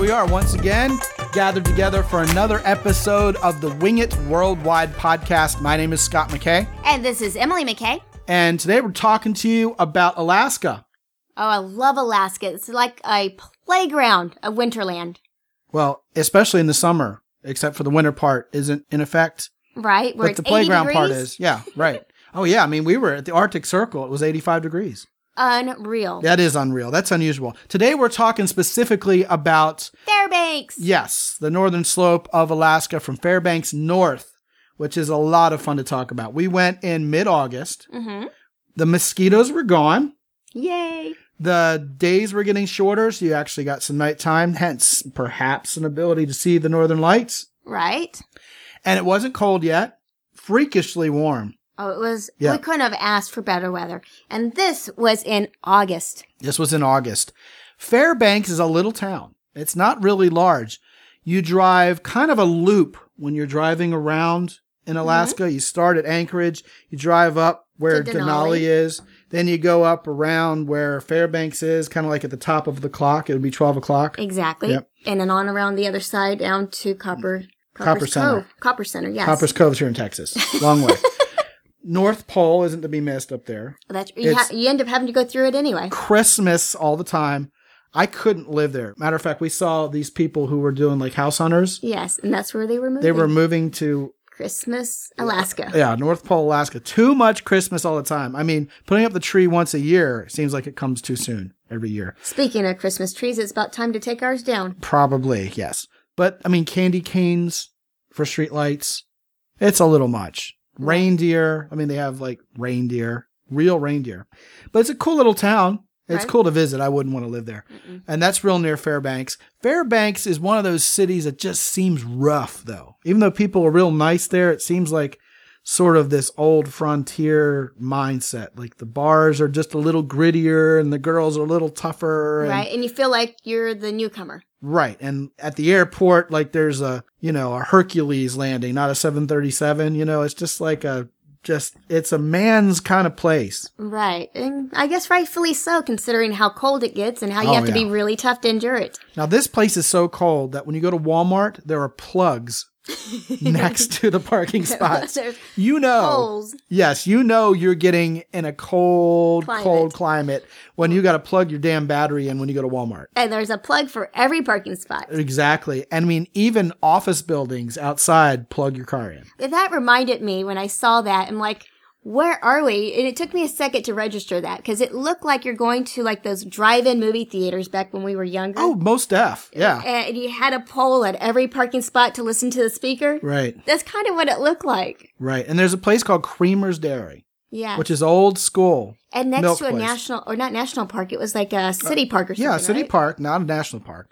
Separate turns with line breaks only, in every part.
we are once again gathered together for another episode of the Wing It Worldwide podcast. My name is Scott McKay,
And this is Emily McKay.
and today we're talking to you about Alaska.
Oh, I love Alaska. It's like a playground of Winterland,
Well, especially in the summer, except for the winter part isn't in effect,
right? Where
but
it's
the playground
80
part
degrees.
is. Yeah, right. oh yeah, I mean we were at the Arctic Circle. It was 85 degrees.
unreal.
That is unreal. That's unusual. Today we're talking specifically about
Fairbanks.
Yes, the northern slope of Alaska from Fairbanks north, which is a lot of fun to talk about. We went in mid August.
Mm-hmm.
The mosquitoes were gone.
Yay.
The days were getting shorter, so you actually got some nighttime, hence perhaps an ability to see the northern lights.
Right.
And it wasn't cold yet, freakishly warm.
Oh, it was.
Yeah.
We couldn't have asked for better weather. And this was in August.
This was in August. Fairbanks is a little town. It's not really large. You drive kind of a loop when you're driving around in
Mm-hmm.
Alaska. You start at Anchorage, you drive up where
To
Denali.
Denali.
is, then you go up around where Fairbanks is, kind of like at the top of the clock. It would be 12 o'clock.
Exactly.
Yep.
And then on around the other side down to Copper.
Copper
Copper's
Center.
Cove. Copper Center. Yes.
Copper's Cove's here in Texas. Long way. North Pole isn't to be missed up there.
That's you,
It's-
ha- you end up having to go through it anyway.
Christmas all the time. I couldn't live there. Matter of fact, we saw these people who were doing like house hunters.
Yes, and that's where they were moving.
They were moving to
Christmas, Alaska.
Yeah, North Pole, Alaska. Too much Christmas all the time. I mean, putting up the tree once a year seems like it comes too soon every year.
Speaking of Christmas trees, it's about time to take ours down.
Probably, yes. But I mean, candy canes for streetlights, it's a little much. Reindeer, I mean, they have like reindeer, real reindeer. But it's a cool little town. It's
Right.
cool to visit. I wouldn't want to live there. And that's real near Fairbanks. Fairbanks is one of those cities that just seems rough, though. Even though people are real nice there, it seems like sort of this old frontier mindset. Like the bars are just a little grittier and the girls are a little tougher. and-
Right? And you feel like you're the newcomer.
Right. And at the airport, like there's a, you know, a Hercules landing, not a 737. You know, it's just like a, just, it's a man's kind of place.
Right. And I guess rightfully so, considering how cold it gets and how you
Oh,
have to
yeah.
be really tough to endure it.
Now, this place is so cold that when you go to Walmart, there are plugs next to the parking spots.
There's
You know,
holes.
yes, you know you're getting in a cold,
Climate.
cold climate when you got to plug your damn battery in when you go to Walmart.
And there's a plug for every parking spot.
Exactly. And I mean, even office buildings outside plug your car in.
That reminded me when I saw that. I'm like, where are we? And it took me a second to register that because it looked like you're going to like those drive in movie theaters back when we were younger.
Oh, most deaf. Yeah.
And you had a pole at every parking spot to listen to the speaker.
Right,
That's kind of what it looked like.
right. And there's a place called Creamer's Dairy,
Yeah.
which is old school.
and next
milk
to a
place. Uh,
national, or not national park, it was like a city park or something.
Yeah, a city
right?
park, not a national park.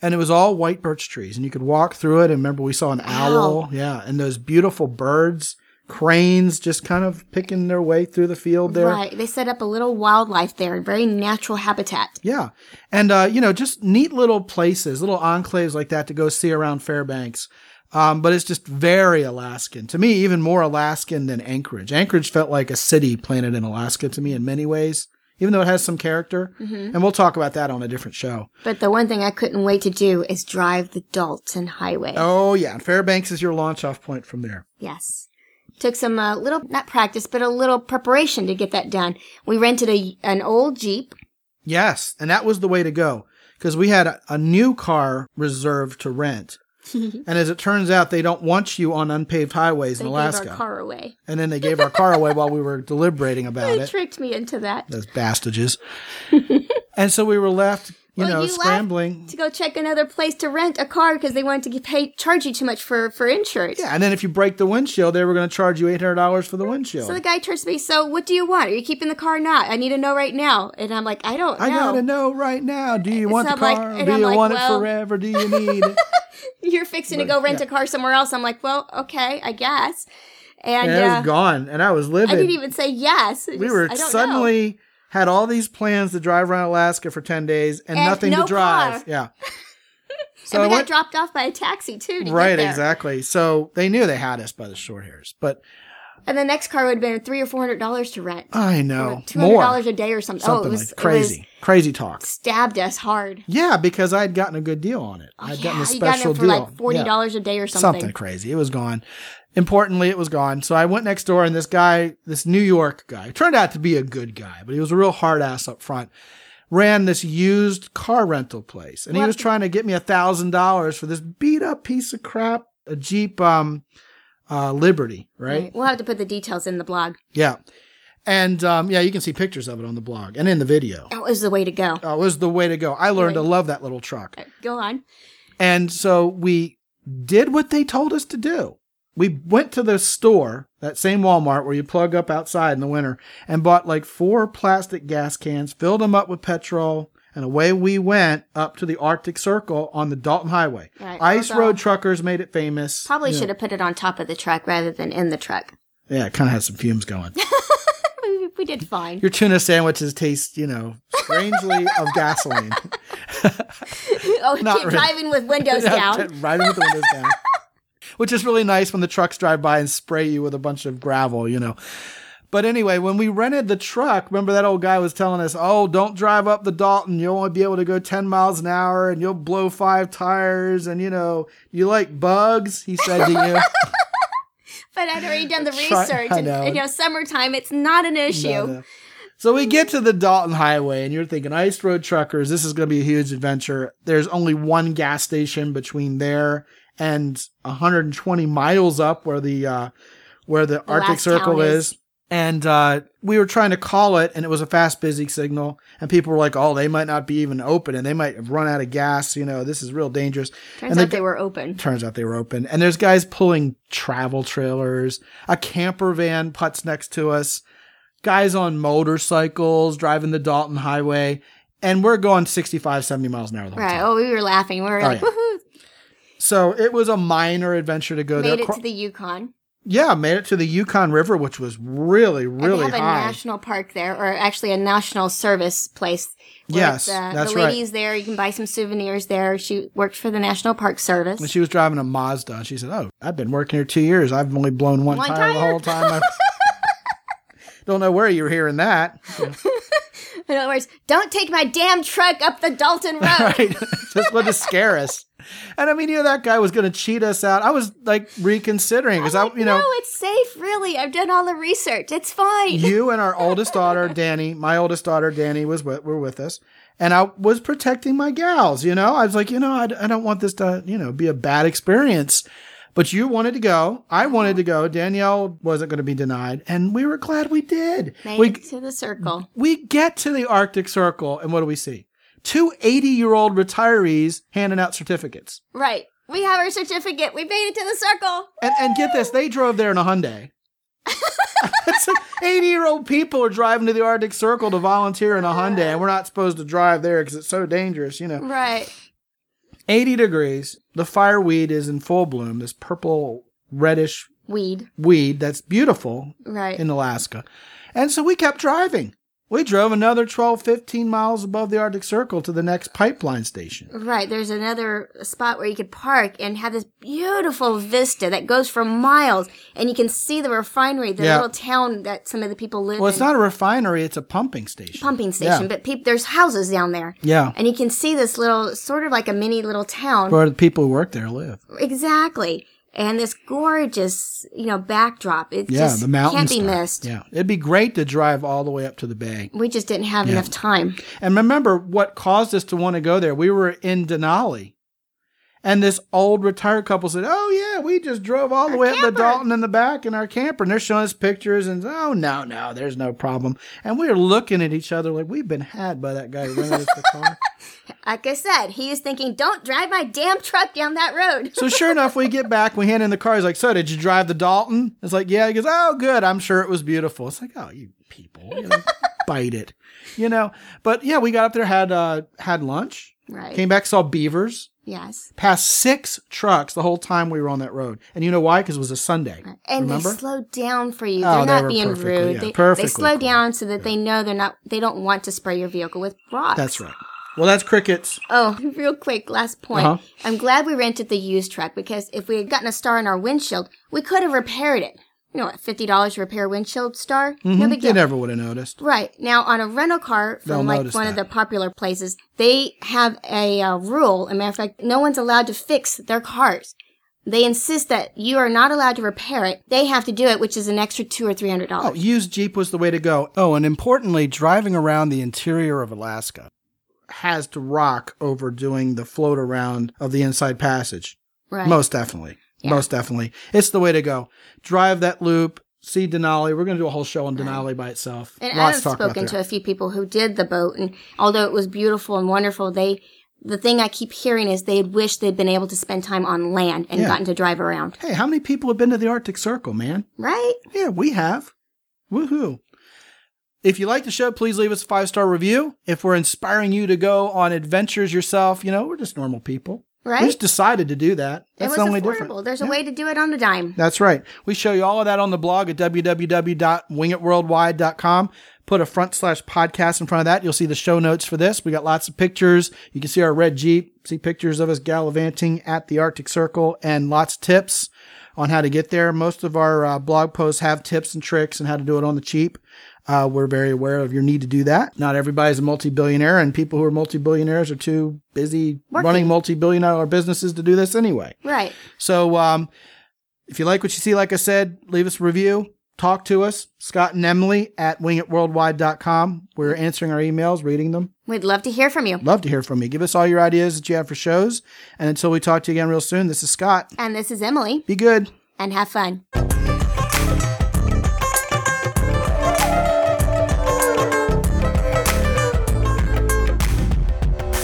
And it was all white birch trees, and you could walk through it. And remember, we saw an owl. Yeah, and those beautiful birds, cranes, just kind of picking their way through the field there.
Right. They set up a little wildlife there, very natural habitat.
Yeah, and uh, you know, just neat little places, little enclaves like that to go see around Fairbanks. Um, but it's just very Alaskan to me, even more Alaskan than Anchorage. Anchorage felt like a city planted in Alaska to me in many ways, even though it has some character.
Mm-hmm.
And we'll talk about that on a different show.
But the one thing I couldn't wait to do is drive the Dalton Highway.
Oh yeah, and Fairbanks is your launch off point from there.
Yes. Took some uh, little, not practice, but a little preparation to get that done. We rented a an old Jeep.
Yes, and that was the way to go because we had a, a new car reserved to rent. and as it turns out, they don't want you on unpaved highways
They
in
gave
Alaska.
our car away.
and then they gave our car away while we were deliberating about
They
it.
tricked me into that.
Those bastages. and so we were left, you
Well,
know,
you left-
scrambling.
to go check another place to rent a car because they wanted to get paid, charge you too much for, for insurance.
Yeah, and then if you break the windshield, they were going to charge you eight hundred dollars for the windshield.
So the guy turns to me, so what do you want? Are you keeping the car or not? I need to know right now. And I'm like, I don't know.
I gotta know right now. Do you want
So
the
I'm like-
car?
and
do
I'm
you
like,
want it
well-
forever? Do you need it?
You're fixing to go rent a car somewhere else. I'm like, well, okay, I guess. And,
And it
uh,
was gone, and I was
I
livid.
didn't even say yes.
we were
I don't Know.
suddenly had all these plans to drive around Alaska for ten days and,
And
nothing
no
to drive.
car.
Yeah. So
And
I
we got
went-
dropped off by a taxi too. To get
right
there.
exactly so they knew they had us by the short hairs but
And the next car would have been three or four hundred dollars to rent.
I know.
Two hundred
Oh, More.
dollars a day or something.
Something
oh, it was
like crazy.
It was
crazy talk.
stabbed us hard.
Yeah, because I had gotten a good deal on it. I had gotten a
you
special
got it for
deal.
like forty
Yeah.
dollars a day or
something.
something.
crazy. It was gone. Importantly, it was gone. So I went next door, and this guy, this New York guy, turned out to be a good guy, but he was a real hard ass up front. Ran this used car rental place, and he
What
was
the-
trying to get me a thousand dollars for this beat up piece of crap, a Jeep, um, uh, Liberty, right?
We'll have to put the details in the blog.
Yeah, and um, yeah, you can see pictures of it on the blog and in the video.
That was the way to go.
Oh, it was the way to go. I learned to
Right.
love that little truck.
Go on.
And so we did what they told us to do. We went to the store, that same Walmart where you plug up outside in the winter, and bought like four plastic gas cans, filled them up with petrol, and away we went up to the Arctic Circle on the Dalton Highway.
Right,
Ice
although-
Road Truckers made it famous.
Probably
Yeah.
should have put it on top of the truck rather than in the truck.
Yeah, it kind of has some fumes going.
We, we did fine.
Your tuna sandwiches taste, you know, strangely of gasoline.
oh,
not
keep
really.
driving with windows down.
right with the windows down. Which is really nice when the trucks drive by and spray you with a bunch of gravel, you know. But anyway, when we rented the truck, remember that old guy was telling us, "Oh, don't drive up the Dalton. You'll only be able to go 10 miles an hour and you'll blow five tires and you know, you like bugs?" He said to you.
But I'd already done the
Try-
research.
I
and,
know.
and, you know, summertime, it's not an issue.
No, no. So we get to the Dalton Highway, and you're thinking, Ice Road Truckers, this is going to be a huge adventure. There's only one gas station between there and 120 miles up where the uh, where the, Arctic
last
Circle
town
is.
is.
And uh, we were trying to call it, and it was a fast, busy signal. And people were like, "Oh, they might not be even open, and they might have run out of gas. You know, this is real dangerous."
Turns
And the
out they were open.
Turns out they were open. And there's guys pulling travel trailers. A camper van puts next to us. Guys on motorcycles driving the Dalton Highway. And we're going 65, 70 miles an hour the whole
Right.
time.
Oh, we were laughing. We were
Oh,
like,
yeah.
woohoo.
So it was a minor adventure to go
Made
there.
it
Cro-
to the Yukon.
yeah, made it to the Yukon River, which was really,
And
really
they have
high.
a national park there, or actually a national service place. where
Yes,
it's, uh,
that's
the
right.
lady's there. You can buy some souvenirs there. She worked for the National Park Service.
and she was driving a Mazda. And she said, Oh, I've been working here two years. I've only blown one,
One
tire, the
tire?
whole time. I've- Don't know where you were hearing that.
In other words, don't take my damn truck up the Dalton Road.
right? Just wanted to scare us. And I mean, you know, that guy was going to cheat us out. I was like reconsidering because I,
Like,
you know,
no, it's safe. Really, I've done all the research. It's fine.
you and our oldest daughter, Danny, my oldest daughter, Danny, was with, were with us. And I was protecting my gals, you know, I was like, you know, I, d- I don't want this to, you know, be a bad experience. But you wanted to go. I wanted to go. Danielle wasn't going to be denied. And we were glad we did.
Made
we, Mm-hmm.
it to the circle.
we get to the Arctic Circle and what do we see? Two 80 year old retirees handing out certificates.
Right. We have our certificate. We made it to the circle.
And, and get this, they drove there in a Hyundai. it's like 80 year old people are driving to the Arctic Circle to volunteer in a Hyundai, and we're not supposed to drive there because it's so dangerous, you know.
Right.
80 degrees, the fireweed is in full bloom, this purple, reddish
Weed.
weed that's beautiful
Right.
in Alaska. And so we kept driving. We drove another 12, 15 miles above the Arctic Circle to the next pipeline station.
Right, there's another spot where you could park and have this beautiful vista that goes for miles, and you can see the refinery, the
Yeah.
little town that some of the people live
Well,
in.
it's not a refinery, it's a pumping station.
pumping station,
Yeah.
but peop there's houses down there,
yeah.
and you can see this little, sort of like a mini little town.
Where the people who work there live.
Exactly, and this gorgeous, you know, backdrop. It
Yeah,
just
the mountains
can't be missed.
Yeah, it'd be great to drive all the way up to the bay.
We just didn't have enough time.
And remember what caused us to want to go there? We were in Denali, and this old retired couple said, "Oh yeah, we just drove all the way up to
camper."
Dalton in the back in our camper." And they're showing us pictures, and oh no, no, there's no problem. And we are looking at each other like we've been had by that guy who rented us the car.
Like I said, he is thinking, "Don't drive my damn truck down that road."
So sure enough, we get back, we hand in the car. He's like, "So did you drive the Dalton?" It's like, "Yeah." He goes, "Oh, good. I'm sure it was beautiful." It's like, "Oh, you people, you know, bite it," you know. But yeah, we got up there, had uh, had lunch,
right.
came back, saw beavers,
yes.
passed six trucks the whole time we were on that road, and you know why? Because it was a Sunday.
And
Remember?
they slow down for you.
Oh,
They're
they
not
were
being
perfectly-
rude.
yeah,
they,
perfectly
they slow
cool.
down so that they know they're not. They don't want to spray your vehicle with rocks.
That's right. Well, that's crickets.
Oh, real quick, last point.
Uh-huh.
I'm glad we rented the used truck because if we had gotten a star in our windshield, we could have repaired it. you know, what, fifty dollars to repair a windshield star. No
Mhm.
big
They
deal.
never would have noticed.
Right. Now, on a rental car from
They'll
like
notice
one of the
that.
popular places, they have a uh, rule. As a matter of fact, no one's allowed to fix their cars. They insist that you are not allowed to repair it. They have to do it, which is an extra two or three hundred
Oh,
dollars.
used Jeep was the way to go. Oh, and importantly, driving around the interior of Alaska has to rock over doing the float around of the inside passage.
right.
Oh, Most definitely.
Yeah.
Most definitely. It's the way to go. Drive that loop, see Denali. We're going to do a whole show on Denali by itself.
And
Lots to
I've
talk about
spoken to
there.
a few people who did the boat, and although it was beautiful and wonderful, they the thing I keep hearing is they wish they'd been able to spend time on land and
Yeah.
gotten to drive around.
Hey, how many people have been to the Arctic Circle, man?
Right?
Yeah, we have. Woohoo. If you like the show, please leave us a five star review. If we're inspiring you to go on adventures yourself, you know, we're just normal people.
Right?
We just decided to do that.
it
That's
was
the only
affordable.
difference.
There's a
Yeah.
way to do it on a dime.
That's right. We show you all of that on the blog at www.wingitworldwide.com. Put a front slash podcast in front of that. You'll see the show notes for this. We got lots of pictures. You can see our red Jeep, see pictures of us gallivanting at the Arctic Circle, and lots of tips on how to get there. Most of our uh, blog posts have tips and tricks and how to do it on the cheap. Uh, we're very aware of your need to do that. Not everybody's a multi billionaire, and people who are multi billionaires are too busy
Working.
running multi billion dollar businesses to do this anyway.
Right.
So um, if you like what you see, like I said, leave us a review. Talk to us, Scott and Emily at wingitworldwide.com. We're answering our emails, reading them.
We'd love to hear from you.
Love to hear from you. Give us all your ideas that you have for shows. And until we talk to you again real soon, this is Scott.
And this is Emily,
Be good.
and have fun.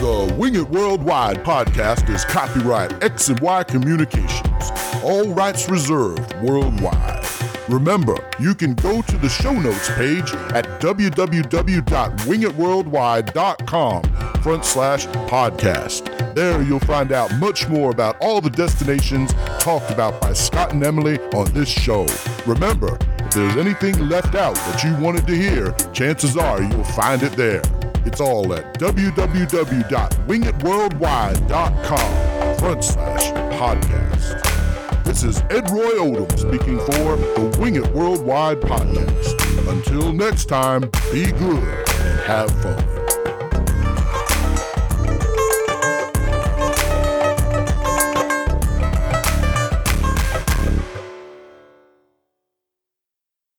The Wing It Worldwide podcast is copyright X and Y Communications. All rights reserved worldwide. Remember, you can go to the show notes page at www.wingitworldwide.com front slash podcast. There you'll find out much more about all the destinations talked about by Scott and Emily on this show. Remember, if there's anything left out that you wanted to hear, chances are you'll find it there. It's all at www.wingitworldwide.com front slash podcast. This is Ed Roy Odom speaking for the Wing It Worldwide podcast. Until next time, be good and have fun.